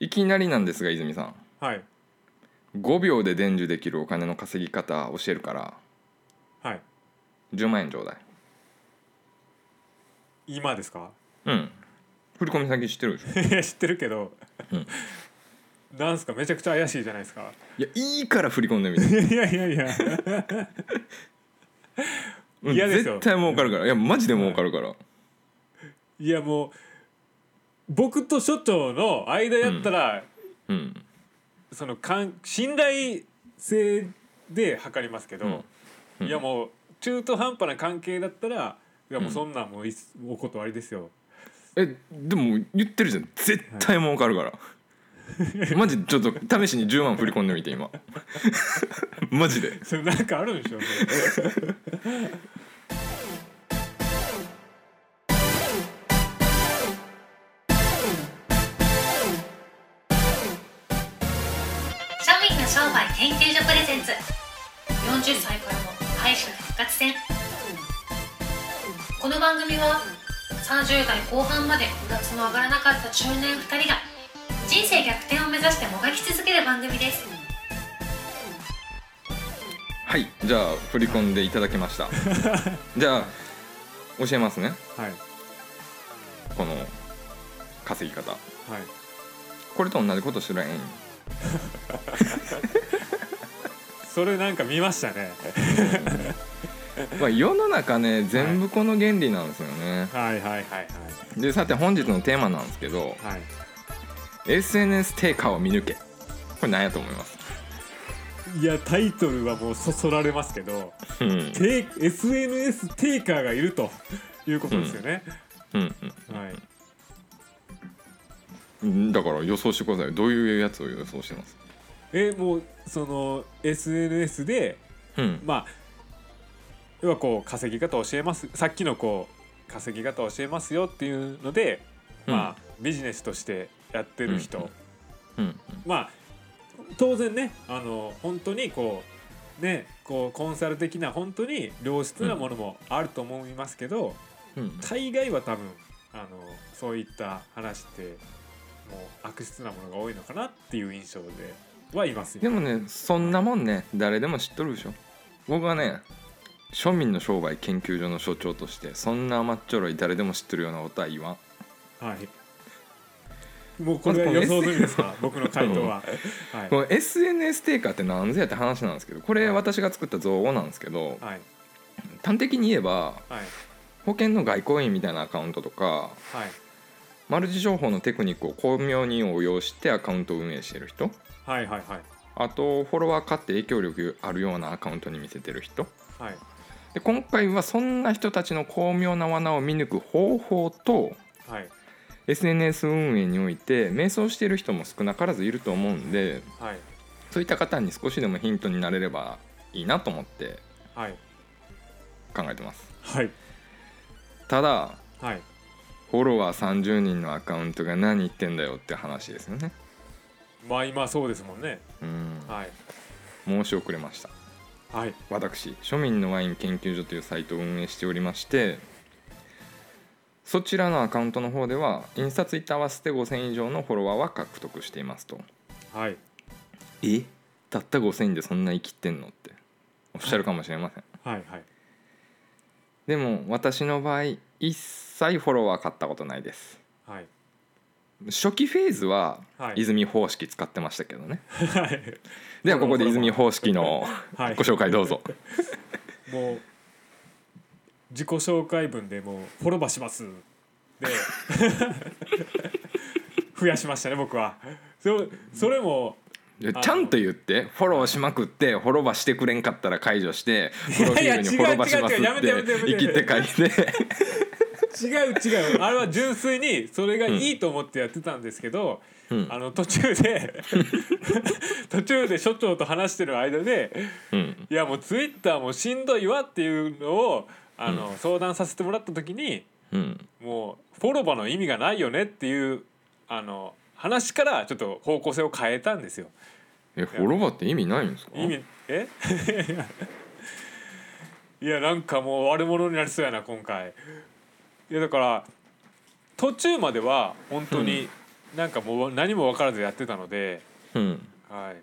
いきなりなんですが泉さはいん5秒で伝授できるお金の稼ぎ方教えるからはい10万円ちょうだい今ですか うん振込先知ってるでしょいや知ってるけど、うんなんすかめちゃくちゃ怪しいじゃないですかいやいいから振り込んでみていやいやいやうん嫌ですよ絶対儲かるからいやマジで儲かるから、いやもう僕と所長の間やったら、うんそのかん信頼性で測りますけど、うんうんいやもう中途半端な関係だったらいやもうそんなんもういっすお断りですよ。えでも言ってるじゃん絶対儲かるから、マジでちょっと試しに10万振り込んでみて 今マジでそれなんかあるんで しょうね。庶民の商売研究所プレゼンツ40歳からの敗者復活戦この番組は30代後半までうだつの上がらなかった中年2人が人生逆転を目指してもがき続ける番組ですはいじゃあ振り込んでいただきました じゃあ教えますねはいこの稼ぎ方はい。これと同じことしてらえんそれなんか見ましたね。まあ世の中ね全部この原理なんですよね、はいはいはいはいでさて本日のテーマなんですけどはい。 SNS 低下を見抜けこれ何やと思いますいやタイトルはもうそそられますけど、うんテイ SNS テイカーがいるということですよね。うんはい。うんだから予想してくださいどういうやつを予想してますえもうその SNS でうんまあ要はこう稼ぎ方を教えますさっきのこう稼ぎ方を教えますよっていうので、まあビジネスとしてやってる人、うんうんまあ当然ねあの本当にこうねこうコンサル的な本当に良質なものもあると思いますけど、うん大概は多分あのそういった話ってもう悪質なものが多いのかなっていう印象ではいますよでもねそんなもんね誰でも知っとるでしょ僕はね庶民の商売研究所の所長としてそんな甘っちょろい誰でも知っとるようなことは言わんはい。もうこれは予想済みですか、僕の回答は。はい。この SNS テーカーって何ぞやって話なんですけどこれ私が作った造語なんですけどはい。端的に言えばはい。保険の外交員みたいなアカウントとかはい。マルチ情報のテクニックを巧妙に応用してアカウントを運営してる人はい。はい。はい。あとフォロワー買って影響力あるようなアカウントに見せてる人はい。で今回はそんな人たちの巧妙な罠を見抜く方法とはい。 SNS 運営において迷走している人も少なからずいると思うんではい。そういった方に少しでもヒントになれればいいなと思ってはい。考えてますはい。ただはい。フォロワー30人のアカウントが何言ってんだよって話ですよねまあ、今そうですもんね。うんはい。申し遅れましたはい。私庶民のワイン研究所というサイトを運営しておりましてそちらのアカウントの方ではインスタツイッター合わせて5000以上のフォロワーは獲得していますとはい。えたった5000でそんな生きてんのっておっしゃるかもしれませんはい。はい。でも私の場合一切フォロワー買ったことないですはい。初期フェーズははい泉方式使ってましたけどね、はい。ではここで泉方式のはいご紹介どうぞもう。自己紹介文でもうフォロバします。で。 増やしましたね、僕は。そ、それも。いやちゃんと言ってフォローしまくってフォローバしてくれんかったら解除してプロフィールにフォローバしますっいやいや違う違う違うやめててやめて生やめきてて書いて 違う違うあれは純粋にそれがいいと思ってやってたんですけど、うんあの途中で 途中で所長と話してる間でうんいやもうツイッターもしんどいわっていうのをあの、相談させてもらった時にうんもうフォロバの意味がないよねっていうあの話からちょっと方向性を変えたんですよ。えフォローバって意味ないんですか意味え いやなんかもう悪者になりそうやな今回いやだから途中までは本当になんかもう何も分からずやってたので、うんはい、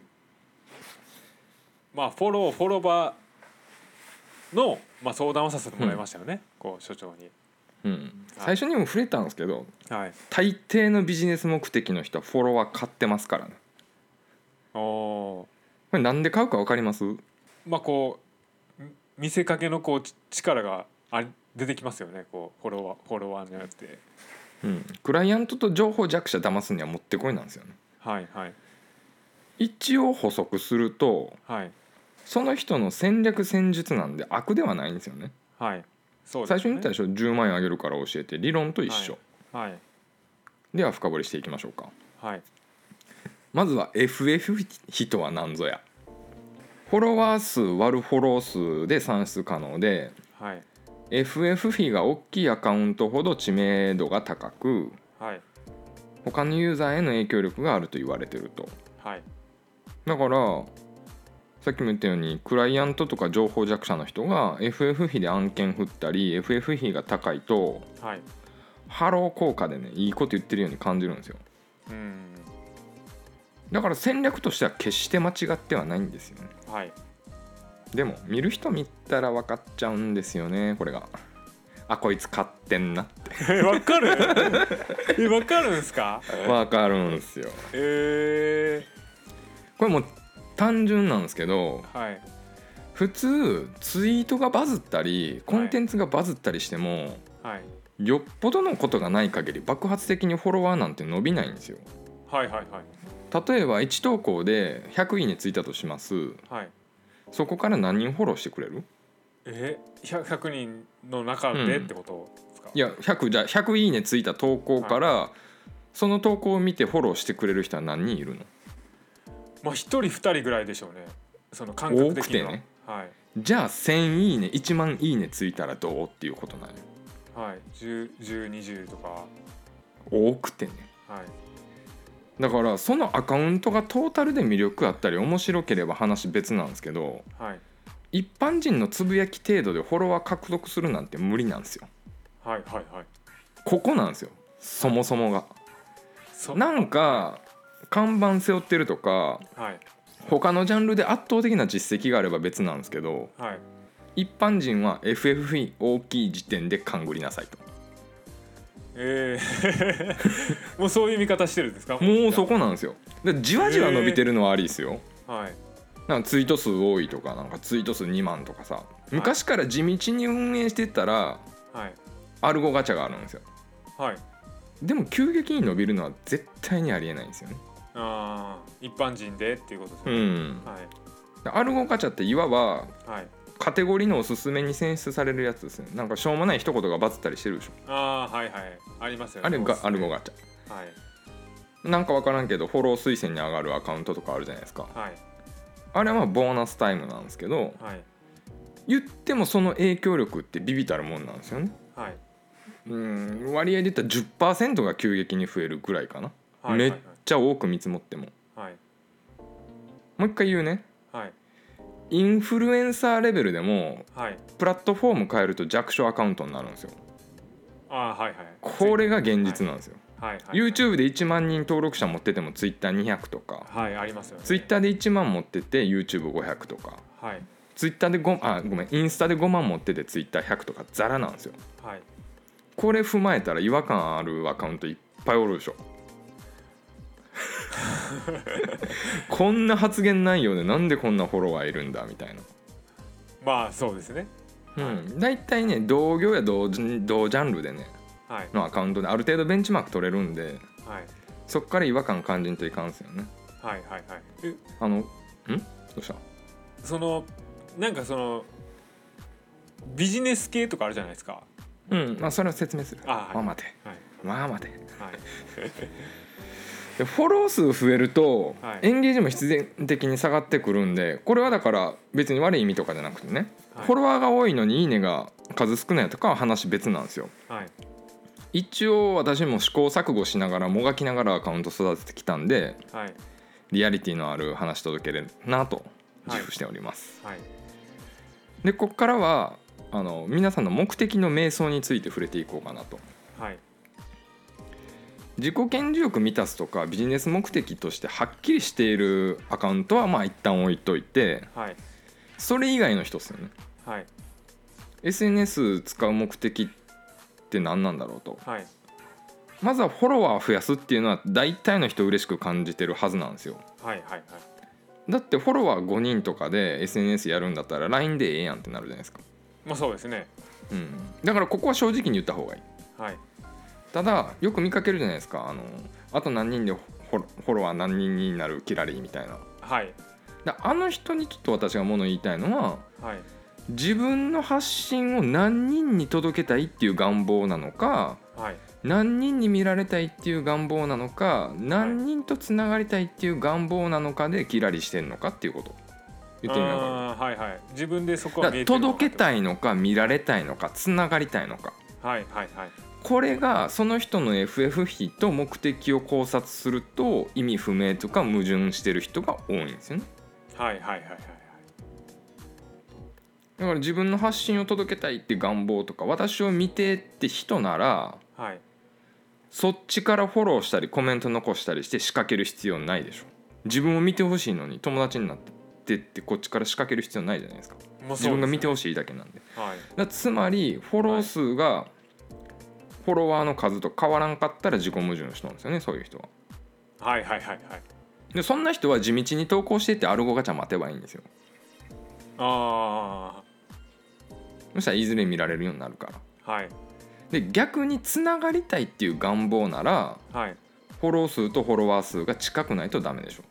まあフォローフォロバーの、まあ、相談をさせてもらいましたよね、こう所長に。うん、最初にも触れたんですけどはい、大抵のビジネス目的の人はフォロワー買ってますからねおーこれなんで買うか分かりますまあこうん見せかけのこうち力があ出てきますよねこうフォロワーフォロワーによって。うん、クライアントと情報弱者騙すにはもってこいなんですよねはいはい一応補足するとはいその人の戦略戦術なんで悪ではないんですよねはい。そうです最ね初に言ったでしょ10万円あげるから教えて理論と一緒、はいでは深掘りしていきましょうかはいまずは FF 人は何ぞやフォロワー数割るフォロー数で算出可能ではい FF 比が大きいアカウントほど知名度が高くはい他のユーザーへの影響力があると言われてるとはいだからさっきも言ったようにクライアントとか情報弱者の人が FF 比で案件振ったり FF 比が高いとはい。ハロー効果でねいいこと言ってるように感じるんですようんだから戦略としては決して間違ってはないんですよねはい でも見る人見たら分かっちゃうんですよねこれがあこいつ買ってんなってえわかる えわかるんすか分かるんですよえこれもう単純なんですけどー、はい普通ツイートがバズったりコンテンツがバズったりしても、はいよっぽどのことがない限り爆発的にフォロワーなんて伸びないんですよはいはいはい例えば1投稿で100位についたとしますはいそこから何人フォローしてくれるえ100 100人の中でってことですか、いや100じゃ100いいねついた投稿から、その投稿を見てフォローしてくれる人は何人いるのまあ一人二人ぐらいでしょうねその感覚的には、多くてねはいじゃあ1000いいね1万いいねついたらどうっていうことなんよはい1020とか多くてねはいだからそのアカウントがトータルで魅力あったり面白ければ話別なんですけどはい一般人のつぶやき程度でフォロワー獲得するなんて無理なんですよはいはいはいここなんですよそもそもがそなんか看板背負ってるとかはい他のジャンルで圧倒的な実績があれば別なんですけどはい一般人は FF に大きい時点で勘ぐりなさいとえー、 もうそういう見方してるんですかもうそこなんですよでじわじわ伸びてるのはありですよはいなんかツイート数多いとかなんかツイート数2万とかさ昔から地道に運営してったらはいアルゴガチャがあるんですよはいでも急激に伸びるのは絶対にありえないんですよねあー一般人でっていうことですうね、んはいアルゴガチャっていわばはいカテゴリーのおすすめに選出されるやつですねなんかしょうもない一言がバズったりしてるでしょあーはいはいありますよねあれがアルゴがガチはいャなんか分からんけどフォロー推薦に上がるアカウントとかあるじゃないですかはいあれはまあボーナスタイムなんですけどはい言ってもその影響力ってビビたるもんなんですよねはいうん割合で言ったら10%が急激に増えるぐらいかな、はいめっちゃ多く見積もってもはいもう一回言うねはいインフルエンサーレベルでもはいプラットフォーム変えると弱小アカウントになるんですよあーはいはいこれが現実なんですよ、はいはい、 YouTube で1万人登録者持ってても Twitter200 とか、はいありますよね Twitter で1万持ってて YouTube500 とかはい Twitter で5あごめんインスタで5万持ってて Twitter100 とかザラなんですよはいこれ踏まえたら違和感あるアカウントいっぱいおるでしょこんな発言内容でなんでこんなフォロワーいるんだみたいなまあそうですねうん、大体ね同業や同人同ジャンルでねはいのアカウントである程度ベンチマーク取れるんではいそっから違和感感じんといかんすよねはいはいはいえあのんどうしたそのなんかそのビジネス系とかあるじゃないですかうんまあそれは説明するあはいまあ待てはいまあ待てはいでフォロー数増えると、はいエンゲージも必然的に下がってくるんでこれはだから別に悪い意味とかじゃなくてね、はいフォロワーが多いのに「いいね」が数少ないとかは話別なんですよはい一応私も試行錯誤しながらもがきながらアカウント育ててきたんではいリアリティのある話届けれるなとはい自負しております、はいでここからはあの皆さんの目的の瞑想について触れていこうかなとはい自己顕示欲満たすとかビジネス目的としてはっきりしているアカウントはまあ一旦置いといてはいそれ以外の人ですよねはい SNS 使う目的って何なんだろうとはいまずはフォロワーを増やすっていうのは大体の人嬉しく感じてるはずなんですよはいはいはいだってフォロワー5人とかで SNS やるんだったら LINE でええやんってなるじゃないですか、まあそうですねうん、だからここは正直に言った方がいいはいただよく見かけるじゃないですかあのあと何人でフォロフォロワー何人になるキラリーみたいなはいだあの人にちょっと私が物言いたいのははい自分の発信を何人に届けたいっていう願望なのかはい何人に見られたいっていう願望なのか何人とつながりたいっていう願望なのかでキラリしてんのかっていうこと言ってみながらあーはいはい自分でそこはだか見えらてる届けたいいのか見られたいのかつながりたいのかはいはいはいこれがその人の FF 比と目的を考察すると意味不明とか矛盾してる人が多いんですよねはいはいはいはいだから自分の発信を届けたいって願望とか私を見てって人ならはいそっちからフォローしたりコメント残したりして仕掛ける必要ないでしょ自分を見てほしいのに友達になってってこっちから仕掛ける必要ないじゃないですか自もうそうですね分が見てほしいだけなんではいだからつまりフォロー数がフォロワーの数と変わらんかったら自己矛盾の人なんですよねそういう人ははいはいはいはいでそんな人は地道に投稿していってアルゴガチャ待てばいいんですよあそしたらいずれ見られるようになるからあはいで逆につながりたいっていう願望ならはいフォロー数とフォロワー数が近くないとダメでしょ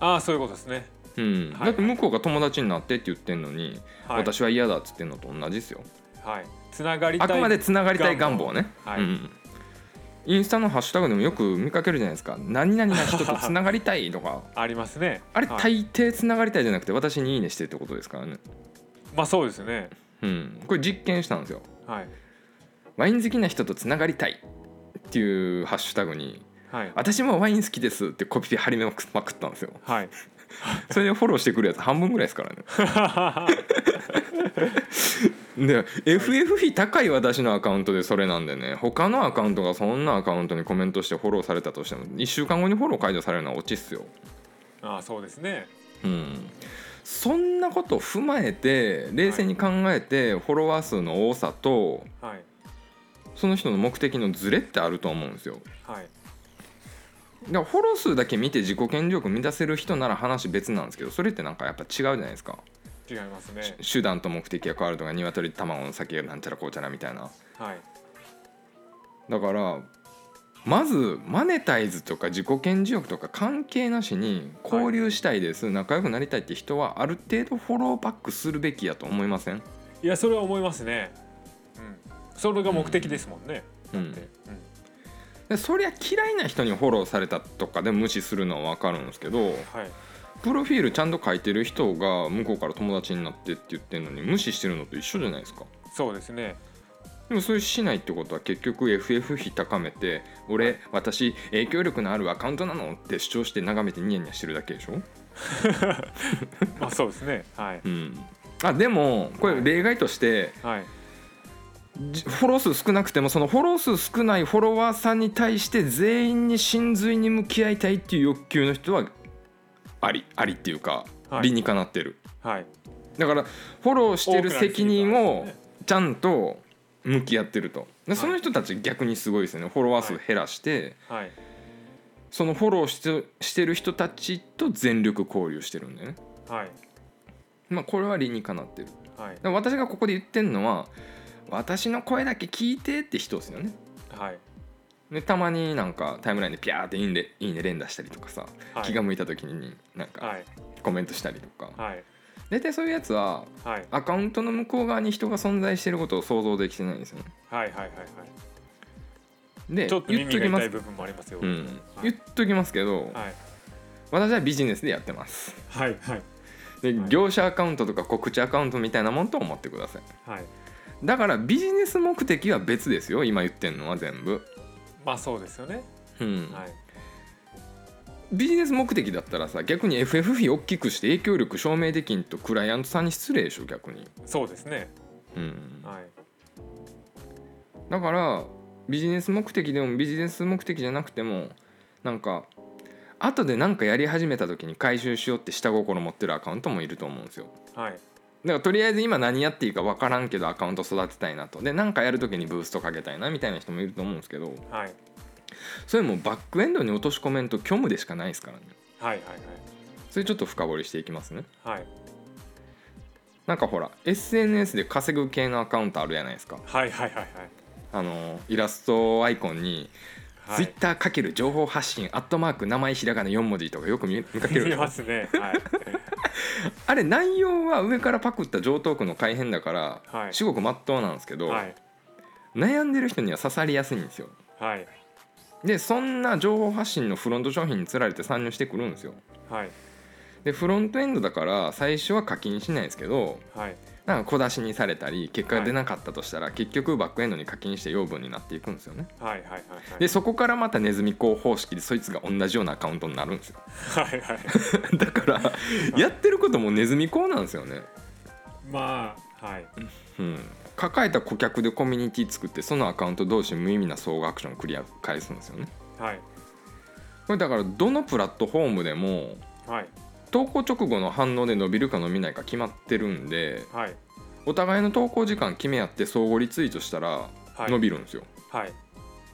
ああそういうことですねうん、はいだって向こうが友達になってって言ってんのに、はい私は嫌だっつってんのと同じですよはいつながりたあいくまでつながりたい願望ね、はいうん、インスタのハッシュタグでもよく見かけるじゃないです か「何々な人とつながりたい」とかありますねあれはい、大抵つながりたいじゃなくて私に「いいね」してってことですからね、まあそうですねうん、これ実験したんですよはいワイン好きな人とつながりたいっていうハッシュタグには「い私もワイン好きです」ってコピペ貼りまくまくったんですよはいそれでフォローしてくるやつ半分ぐらいですからね で FF 比高い私のアカウントでそれなんでね他のアカウントがそんなアカウントにコメントしてフォローされたとしても1週間後にフォロー解除されるのはオチっすよああそうですねうんそんなことを踏まえて冷静に考えてフォロワー数の多さとはいその人の目的のズレってあると思うんですよはいだからフォロー数だけ見て自己顕示欲満たせる人なら話別なんですけどそれってなんかやっぱ違うじゃないですか違いますね手段と目的が変わるとか鶏卵の先がなんちゃらこうちゃらみたいなはいだからまずマネタイズとか自己顕示欲とか関係なしに交流したいです、仲良くなりたいって人はある程度フォローバックするべきやと思いません、いやそれは思いますねうんそれが目的ですもんね、うんでうんでそりゃ嫌いな人にフォローされたとかで無視するのは分かるんですけどはいプロフィールちゃんと書いてる人が向こうから友達になってって言ってるのに無視してるのと一緒じゃないですかそうですねでもそれしないってことは結局 FF 比高めて俺私影響力のあるアカウントなのって主張して眺めてニヤニヤしてるだけでしょまあそうですねはいうん、あでもこれ例外としてはいじフォロー数少なくてもそのフォロー数少ないフォロワーさんに対して全員に真髄に向き合いたいっていう欲求の人はありありっていうかはい理にかなってる、はいだからフォローしてる責任をちゃんと向き合ってるとでその人たち逆にすごいですよねフォロワー数減らしてはいそのフォローしてしてる人たちと全力交流してるんだよね、はいまあ、これは理にかなってるはいだから私がここで言ってるのは私の声だけ聞いてって人ですよねはいでたまになんかタイムラインでピャーっていいねいいね連打したりとかさ、はい気が向いた時になんかはいコメントしたりとか、はい大体そういうやつははいアカウントの向こう側に人が存在してることを想像できてないんですよねはいはいはいはでいちょっと言っ耳とがきま痛すい部分もありますよ、うん、言っときますけど、はい私はビジネスでやってますはいはいではい業者アカウントとか告知アカウントみたいなもんと思ってくださいはいだからビジネス目的は別ですよ今言ってんのは全部、まあそうですよねうんはいビジネス目的だったらさ逆に FF 費大きくして影響力証明できんとクライアントさんに失礼でしょ逆に、そうですねうん、はいだからビジネス目的でもビジネス目的じゃなくてもなんか後で何かやり始めた時に回収しようって下心持ってるアカウントもいると思うんですよはいだからとりあえず今何やっていいか分からんけどアカウント育てたいなとで何かやる時にブーストかけたいなみたいな人もいると思うんですけどはいそれもバックエンドに落とし込めんと虚無でしかないですからねはいはいそれちょっと深掘りしていきますねはいはいなんかほら SNS で稼ぐ系のアカウントあるじゃないですかはいはいはいあのイラストアイコンにはいツイッターかける情報発信、アットマーク名前ひらがな4文字とかよく見見かけるでし 見ょますねはいあれ内容は上からパクった上等句の改変だから、はい至極真っ当なんですけど、はい悩んでる人には刺さりやすいんですよはいでそんな情報発信のフロント商品につられて参入してくるんですよはいでフロントエンドだから最初は課金しないですけどはいなんか小出しにされたり結果が出なかったとしたら、結局バックエンドに課金して養分になっていくんですよねはいはいはいはいでそこからまたネズミ講方式でそいつが同じようなアカウントになるんですよ はいはいだからやってることもネズミ講なんですよね、まあはいうん、抱えた顧客でコミュニティ作ってそのアカウント同士無意味な総合アクションを繰り返すんですよねはいこれだからどのプラットフォームでもはい投稿直後の反応で伸びるか伸びないか決まってるんではいお互いの投稿時間決め合って相互リツイートしたらはい伸びるんですよ、はい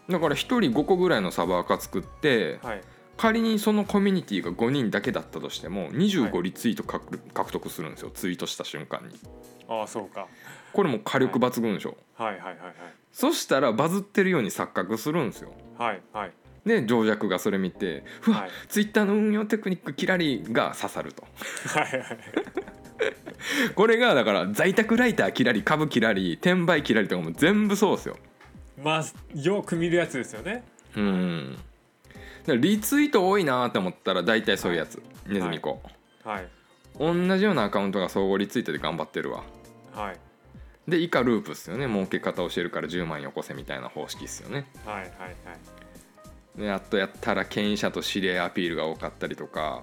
だから1人5個ぐらいのサバアカ作ってはい仮にそのコミュニティが5人だけだったとしてもは25いリツイート獲獲得するんですよツイートした瞬間にああそうかこれも火力抜群でしょ、はいはいはいはいそしたらバズってるように錯覚するんですよはいはいで情弱がそれ見て「うわ、はいツイッターの運用テクニックキラリ」が刺さるとはいはいこれがだから在宅ライターキラリ株キラリ転売キラリとかも全部そうですよまあよく見るやつですよねうんだからリツイート多いなと思ったら大体そういうやつネズミ子、はい同じようなアカウントが総合リツイートで頑張ってるわはいで以下ループっすよね儲け方教えるから10万よこせみたいな方式っすよねはいはいはいでやっとやったら権威者と知り合いアピールが多かったりとか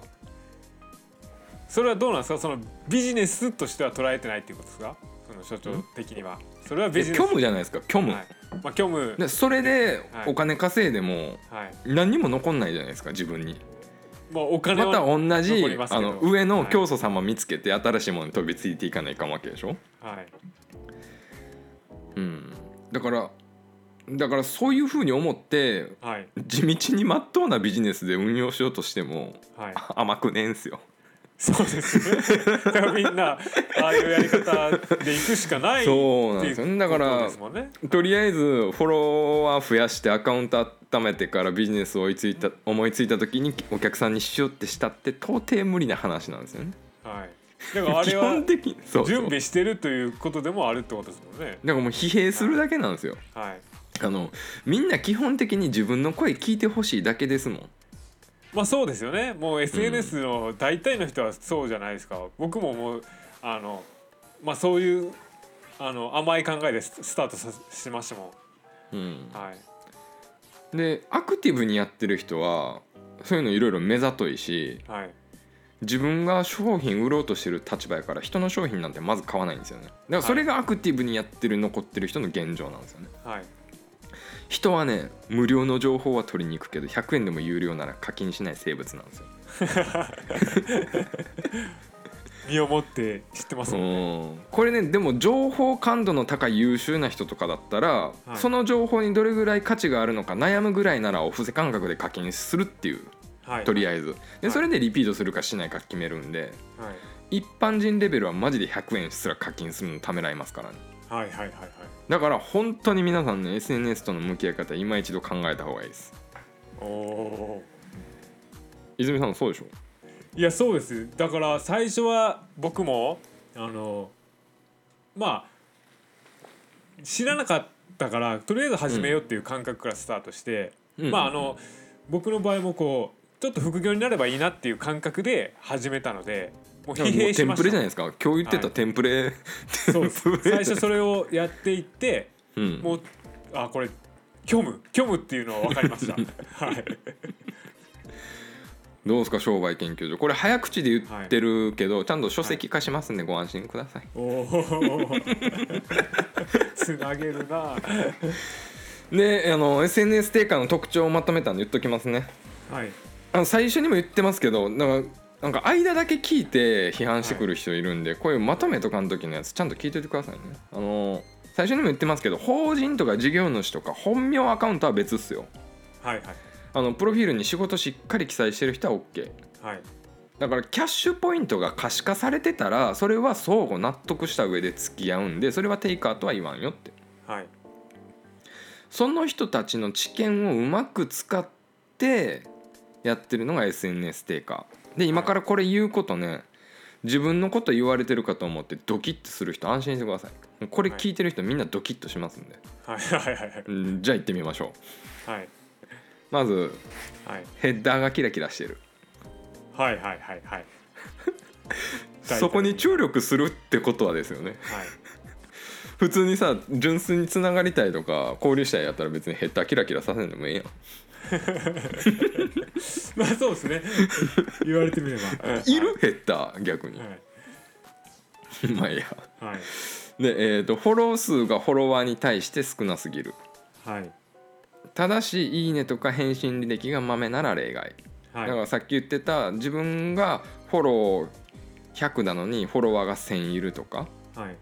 それはどうなんですかそのビジネスとしては捉えてないっていうことですかその所長的にはそれはビでジネス虚無じゃないですか虚無、はいまあ虚無でそれでお金稼いでもはい何にも残んないじゃないですか自分にまあお金まはた同じ残りますあけどの上の教祖様見つけて新しいものに飛びついていかないかんわけでしょはいうんだからだからそういうふうに思ってはい地道にまっとうなビジネスで運用しようとしてもはい 甘くねえんすよそうですねだからみんなああいうやり方で行くしかないそうなんですよねだからっていうことですもんねとりあえずフォロワー増やしてアカウント温めてからビジネスを追いついた思いついた時にお客さんにしようってしたって到底無理な話なんですよねはいだからあ基れ本は的にそうそう準備してるということでもあるってことですもんねだからもう疲弊するだけなんですよはいあのみんな基本的に自分の声聞いてほしいだけですもんまあそうですよねもう SNS の大体の人はそうじゃないですか、僕ももうあのまあそういうあの甘い考えでススタートさしましたもうんん、はいでアクティブにやってる人はそういうのいろいろ目ざといしはい自分が商品売ろうとしてる立場やから人の商品なんてまず買わないんですよねだからそれがアクティブにやってる残ってる人の現状なんですよねはい人はね無料の情報は取りに行くけど100円でも有料なら課金しない生物なんですよ身をもって知ってますもんうんこれねでも情報感度の高い優秀な人とかだったら、いその情報にどれぐらい価値があるのか悩むぐらいならお布施感覚で課金するっていうはいとりああえずはでいそれでリピートするかしないか決めるんでえ一般人レベルはマジで100円すら課金するのためらいますからねず、はい、はいはいはいはいだから本当に皆さんね SNS との向き合い方今一度考えた方がいいですおお泉さんもそうで しょーいやそうですだから最初は僕もあのまあ知らなかったからとりあえず始めようっていう感覚からスタートして、うんまああの僕の場合もこうちょっと副業になればいいなっていう感覚で始めたのでもういやも疲う弊テしンまプしレじたゃないですか今日言ってたはいテンプレ、そうですテンプ レ最初それをやっていってうんもうあこれ虚無虚無っていうのは分かりました はいどうですか商売研究所これ早口で言ってるけど、ちゃんと書籍化しますんでご安心ください、おおつなげるなであの SNS 定価の特徴をまとめたんで言っときますねはいあの最初にも言ってますけどなんかなんか間だけ聞いて批判してくる人いるんで、こういうまとめとかの時のやつちゃんと聞いておいてくださいねあの最初にも言ってますけど法人とか事業主とか本名アカウントは別っすよはいはいあのプロフィールに仕事しっかり記載してる人は OK はいだからキャッシュポイントが可視化されてたらそれは相互納得した上で付き合うんでそれはテイカーとは言わんよってはいその人たちの知見をうまく使ってやってるのが SNS テイカーで今からこれ言うことね自分のこと言われてるかと思ってドキッとする人安心してくださいこれ聞いてる人みんなドキッとしますんで、はいはいはいはいうん、じゃあ行ってみましょうはいまずはいヘッダーがキラキラしてるはいはいはいはい そこに注力するってことはですよねはい普通にさ純粋につながりたいとか交流したいやったら別にヘッダーキラキラさせんでもええやんまあそうですね 言われてみ ればいるヘッダー逆にはまあいいやいはいでえーとフォロー数がフォロワーに対して少なすぎるはいただし「いいね」とか返信履歴がまめなら例外だかはいらさっき言ってた自分がフォロー100なのにフォロワーが1000いるとかはい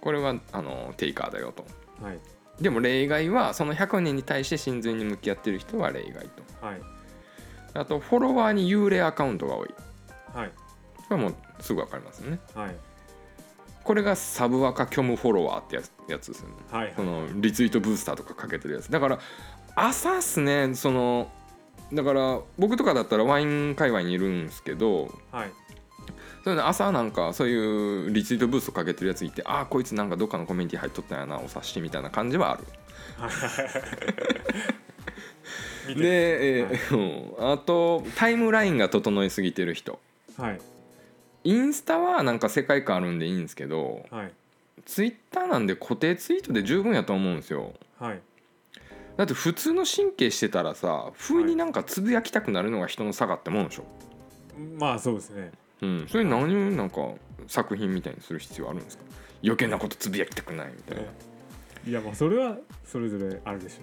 これはあのテイカーだよとはいでも例外はその100人に対して真髄に向き合ってる人は例外とはいあとフォロワーに幽霊アカウントが多いはいこれもうすぐ分かりますねはいこれがサブアカ虚無フォロワーってやつやつですよねはいそのリツイートブースターとかかけてるやつだから朝っすねそのだから僕とかだったらワイン界隈にいるんですけどはいそういうの朝なんかそういうリツイートブーストかけてるやついてああこいつなんかどっかのコミュニティ入っとったんやなお察しみたいな感じはある見てで、えーうんあとタイムラインが整いすぎてる人はいインスタはなんか世界観あるんでいいんですけどはいツイッターなんで固定ツイートで十分やと思うんですよはいだって普通の神経してたらさ不意になんかつぶやきたくなるのが人の差がってもんでしょ、まあそうですねうん、それ何をなんか作品みたいにする必要あるんですか余計なことつぶやきたくないみたいな、いやまあそれはそれぞれあるでし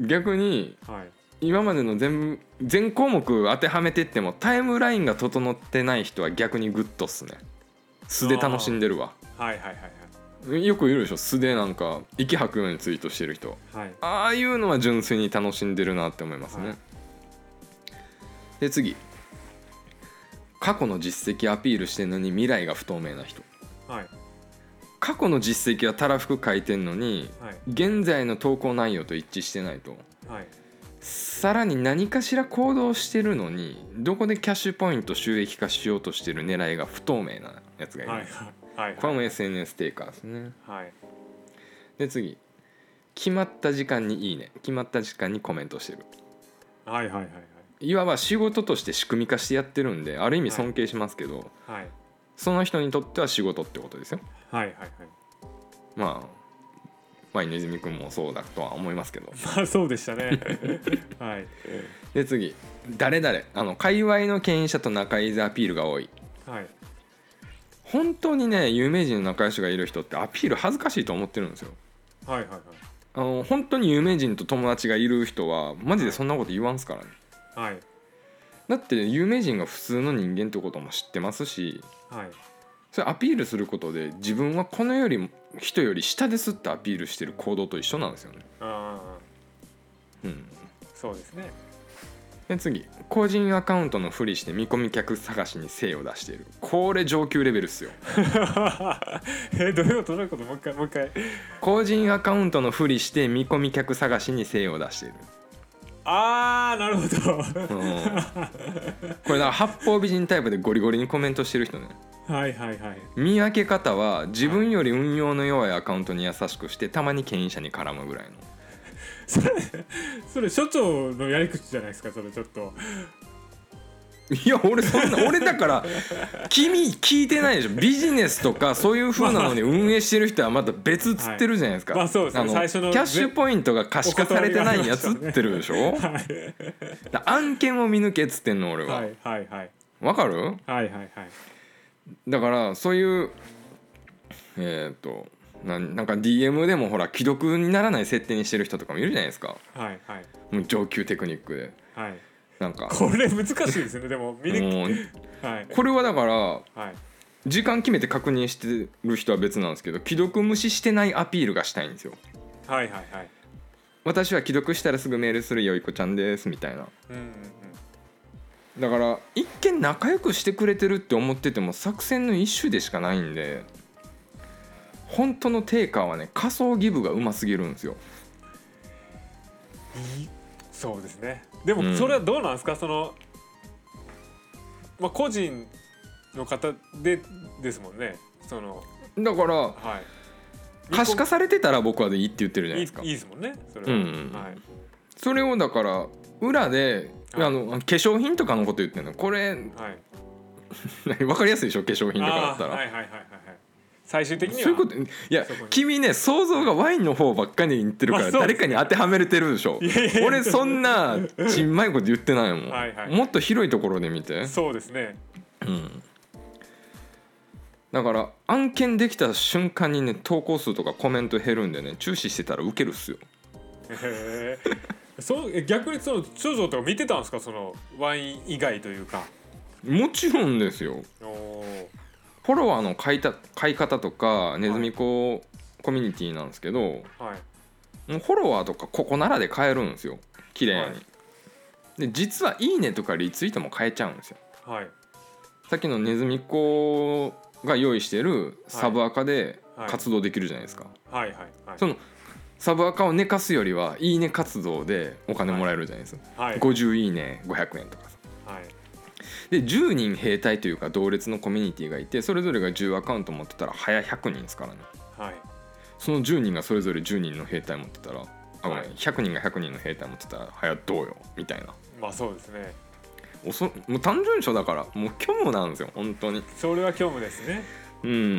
逆にょうはい今までの全部全項目当てはめてってもタイムラインが整ってない人は逆にグッとっすね素で楽しんでるわはいはいはいよくいるでしょ素でなんか息吐くようにツイートしてる人はいああいうのは純粋に楽しんでるなって思いますね、はいで次過去の実績アピールしてんのに未来が不透明な人はいはい過去の実績はたらふく書いてんのにはい現在の投稿内容と一致してないとはいさらに何かしら行動してるのにどこでキャッシュポイント収益化しようとしてる狙いが不透明なやつがいる、はいはいこれも SNS テイカーですねはいで次決まった時間に「いいね」決まった時間にコメントしてるはいはいはいいわば仕事として仕組み化してやってるんである意味尊敬しますけど、はいはいその人にとっては仕事ってことですよはいはいはいまあまあ稲泉君もそうだとは思いますけどまあそうでしたねはいで次誰々あの界隈の権威者と仲いいぜアピールが多いはい本当にね有名人の仲良しがいる人ってアピール恥ずかしいと思ってるんですよはいはいはいあの本当に有名人と友達がいる人はマジでそんなこと言わんすからねはいだって有名人が普通の人間ってことも知ってますしはいそれアピールすることで自分はこのよりも人より下ですってアピールしてる行動と一緒なんですよね。あうん、あそうですね で次個人アカウントのふりして見込み客探しに精を出しているこれ上級レベルっすよ。えどういうことどういうこともう一回もう一回個人アカウントのふりして見込み客探しに精を出している。ああなるほどう ん、これだから八方美人タイプでゴリゴリにコメントしてる人ね。はいはいはい見分け方は自分より運用の弱いアカウントに優しくしてたまに権威者に絡むぐらいの。それそれ所長のやり口じゃないですかそれちょっといや俺そんな俺だから君聞いてないでしょビジネスとかそういう風なのに運営してる人はまた別つってるじゃないですか、はいまあそうですねの最初のキャッシュポイントが可視化されてないやつってるでしょはいだから案件を見抜けっつってんの俺は、はいはいはいわかるはいはいはいだからそういうえっ、となんなんか DM でもほら既読にならない設定にしてる人とかもいるじゃないですかはいはいもう上級テクニックではいなんかこれ難しいですねでも見にもうはいこれはだからはい時間決めて確認してる人は別なんですけど既読無視してないアピールがしたいんですよはいはいはい私は既読したらすぐメールするよいこちゃんですみたいなうんうんうんだから一見仲良くしてくれてるって思ってても作戦の一種でしかないんで本当のテイカーはね仮想ギブがうますぎるんですよいいそうですねでうもんそれはどうなんですか、そのまあ個人の方でですもんねそのだからはい可視化されてたら僕はでいいって言ってるじゃないいですかいいですもんねそれは、うんうんはいそれをだから裏ではいあの化粧品とかのこと言ってるのこれ はい分かりやすいでしょ化粧品とかだったあーはらいはいはいはいはい最終的にはそういうこといやそこに君ね想像がワインの方ばっかり言ってるかまあらそう誰かに当てはめれてるでしょいやいや俺そんなちんまいこと言ってないもんはいはいもっと広いところで見てそうですねうんだから案件できた瞬間にね投稿数とかコメント減るんでね注視してたらウケるっすよへーそうえ逆にその少女とか見てたんですかそのワイン以外というかもちろんですよおーフォロワーの買いた買い方とかネズミ子コミュニティなんですけど、もはいうフォロワーとかここならで買えるんですよ綺麗に、はいで実は「いいね」とかリツイートも買えちゃうんですよはいさっきのネズミ子が用意してるサブアカではい活動できるじゃないですか、はいはいはいそのサブアカを寝かすよりは「いいね」活動でお金もらえるじゃないですか、はい50いいね500円とかさはいで10人兵隊というか同列のコミュニティがいてそれぞれが10アカウント持ってたら早100人ですからねはいその10人がそれぞれ10人の兵隊持ってたらあごめんはい100人が100人の兵隊持ってたらはやどうよみたいなまあそうですねおそもう単純書だからもう虚無なんですよ本当にそれは虚無ですね、うん、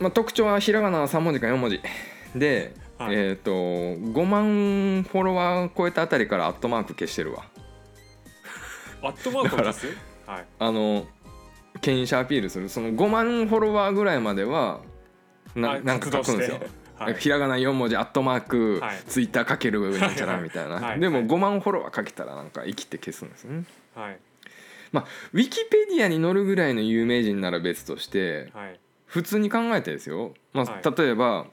まあ、特徴はひらがな3文字か4文字で、はいえっ、と5万フォロワー超えたあたりからアットマーク消してるわはい、アットマークをですはいあの権威者アピールするその5万フォロワーぐらいまではな,、はいなんか書くんですよ 活動してなはんいかひらがな4文字アットマーク、はいツイッターかけるなんちゃらみたいな、はいはいはいでも5万フォロワーかけたらなんか生きて消すんですねはいウィキペディアに載るぐらいの有名人なら別としてはい普通に考えてですよ、まあは例えば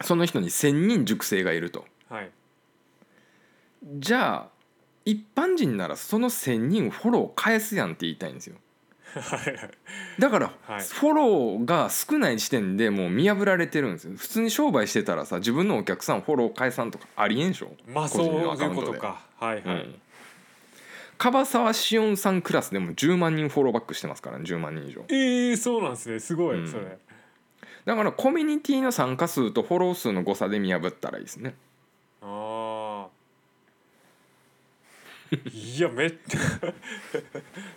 その人に1,000人塾生がいるとはいじゃあ一般人ならその1,000人フォロー返すやんって言いたいんですよはいだからはいフォローが少ない時点でもう見破られてるんですよ普通に商売してたらさ自分のお客さんフォロー解散とかありえんでしょまあ個そう人いのアカウうンこトとでかはいはうい、ん樺沢しおんさんクラスでも10万人フォローバックしてますから、ね、10万人以上ええそうなんですねすごい、うんそれだからコミュニティの参加数とフォロー数の誤差で見破ったらいいですねああいやめっちゃ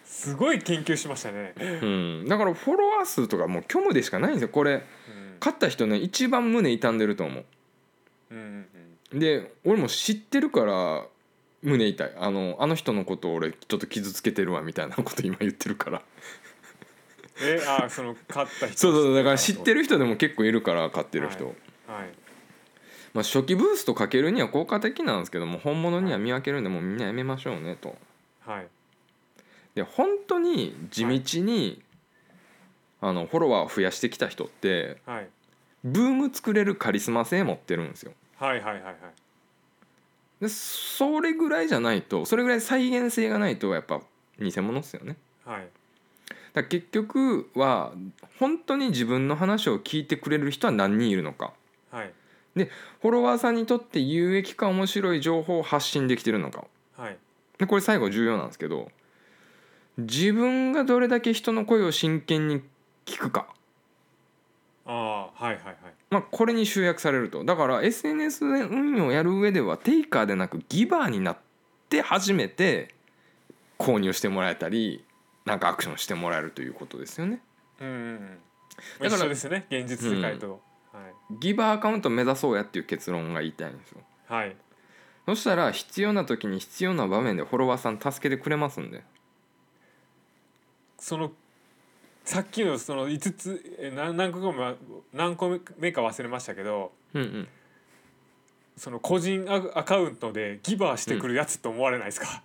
すごい研究しましたね、うんだからフォロワー数とかもう虚無でしかないんですよこれうん勝った人ね一番胸痛んでると思うんうんうんうで俺も知ってるから胸痛いあのあの人のことを俺ちょっと傷つけてるわみたいなこと今言ってる からえあーその勝った人そうそうそうだから知ってる人でも結構いるから買ってる人、はいはいまあ、初期ブーストかけるには効果的なんですけども本物には見分けるんでもうみんなやめましょうねとはいで本当に地道に、あのフォロワーを増やしてきた人ってはいブーム作れるカリスマ性持ってるんですよはいはいはいはいでそれぐらいじゃないとそれぐらい再現性がないとやっぱ偽物っすよねはいだから結局は本当に自分の話を聞いてくれる人は何人いるのかはいフォロワーさんにとって有益か面白い情報を発信できてるのかはいでこれ最後重要なんですけど自分がどれだけ人の声を真剣に聞くか、ああはいはいはいまあ、これに集約されるとだから SNS 運用をやる上ではテイカーでなくギバーになって初めて購入してもらえたりなんかアクションしてもらえるということですよね。うんうんうんだから一緒ですね現実世界と、はいギバーアカウント目指そうやっていう結論が言いたいんですよ。はいそしたら必要な時に必要な場面でフォロワーさん助けてくれますんで。そのさっきのその5つえ何何個かも何個目か忘れましたけどうんうんその個人アアカウントでギバーしてくるやつと思われないですか、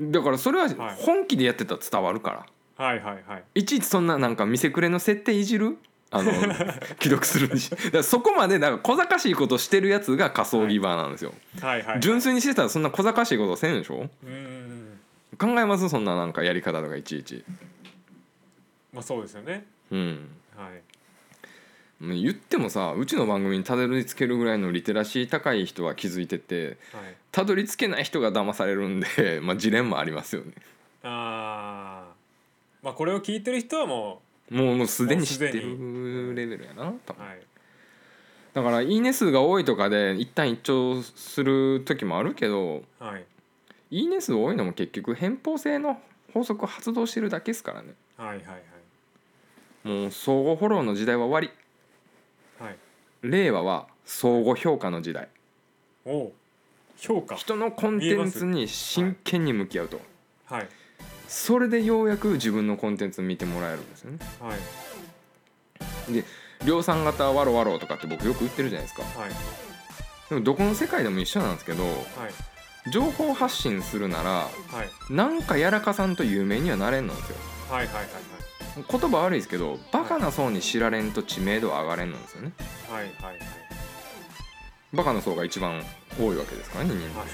だからそれははい本気でやってたら伝わるから、はいはいはいい、ちいちそんななんか見せくれの設定いじるあの 既読するにしだからそこまでなんか小賢しいことしてるやつが仮想ギバーなんですよ、はいはい純粋にしてたらそんな小賢しいことせんでしょうーん考えますそんななんかやり方とかいちいちまあそうですよねうんはい言ってもさうちの番組にたどり着けるぐらいのリテラシー高い人は気づいててはいたどり着けない人が騙されるんで、 まあ、ジレンマありますよねあーまあこれを聞いてる人はももうもうすでもにう知っすでてにるレベルやな多う分はいだから「いいね」数が多いとかで一旦一聴する時もあるけどはい「いいね」数多いのも結局偏方性の法則を発動してるだけですからねはいはいはいもう相互フォローの時代は終わはいり令和は相互評価の時代おお評価人のコンテンツに真剣に向き合うと。はいそれでようやく自分のコンテンツ見てもらえるんですよねはい量産型ワロワロとかって僕よく売ってるじゃないですかはいでもどこの世界でも一緒なんですけどはい情報発信するならはいなんかやらかさんと有名にはなれんのですよはいはいはい言葉悪いですけどバカな層に知られんと知名度は上がれんのですよねはいはいはいはいバカな層が一番多いわけですからね人間はい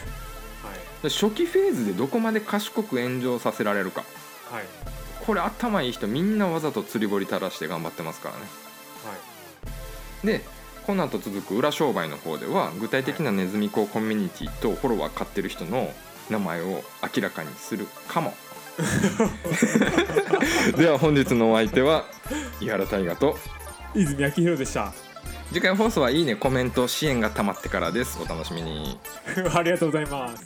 で初期フェーズでどこまで賢く炎上させられるかはいはいこれ頭いい人みんなわざと釣り堀垂らして頑張ってますからねでこの後続く裏商売の方では具体的なネズミ講コミュニティとフォロワー買ってる人の名前を明らかにするかもでは本日のお相手は井原大我とはい泉明宏でした 次回放送はいいねコメント支援がたまってからですお楽しみにありがとうございます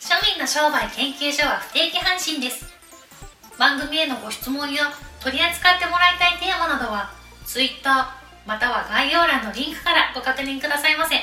庶民の商売研究所は不定期配信です番組へのご質問や取り扱ってもらいたいテーマなどは Twitter または概要欄のリンクからご確認くださいませ。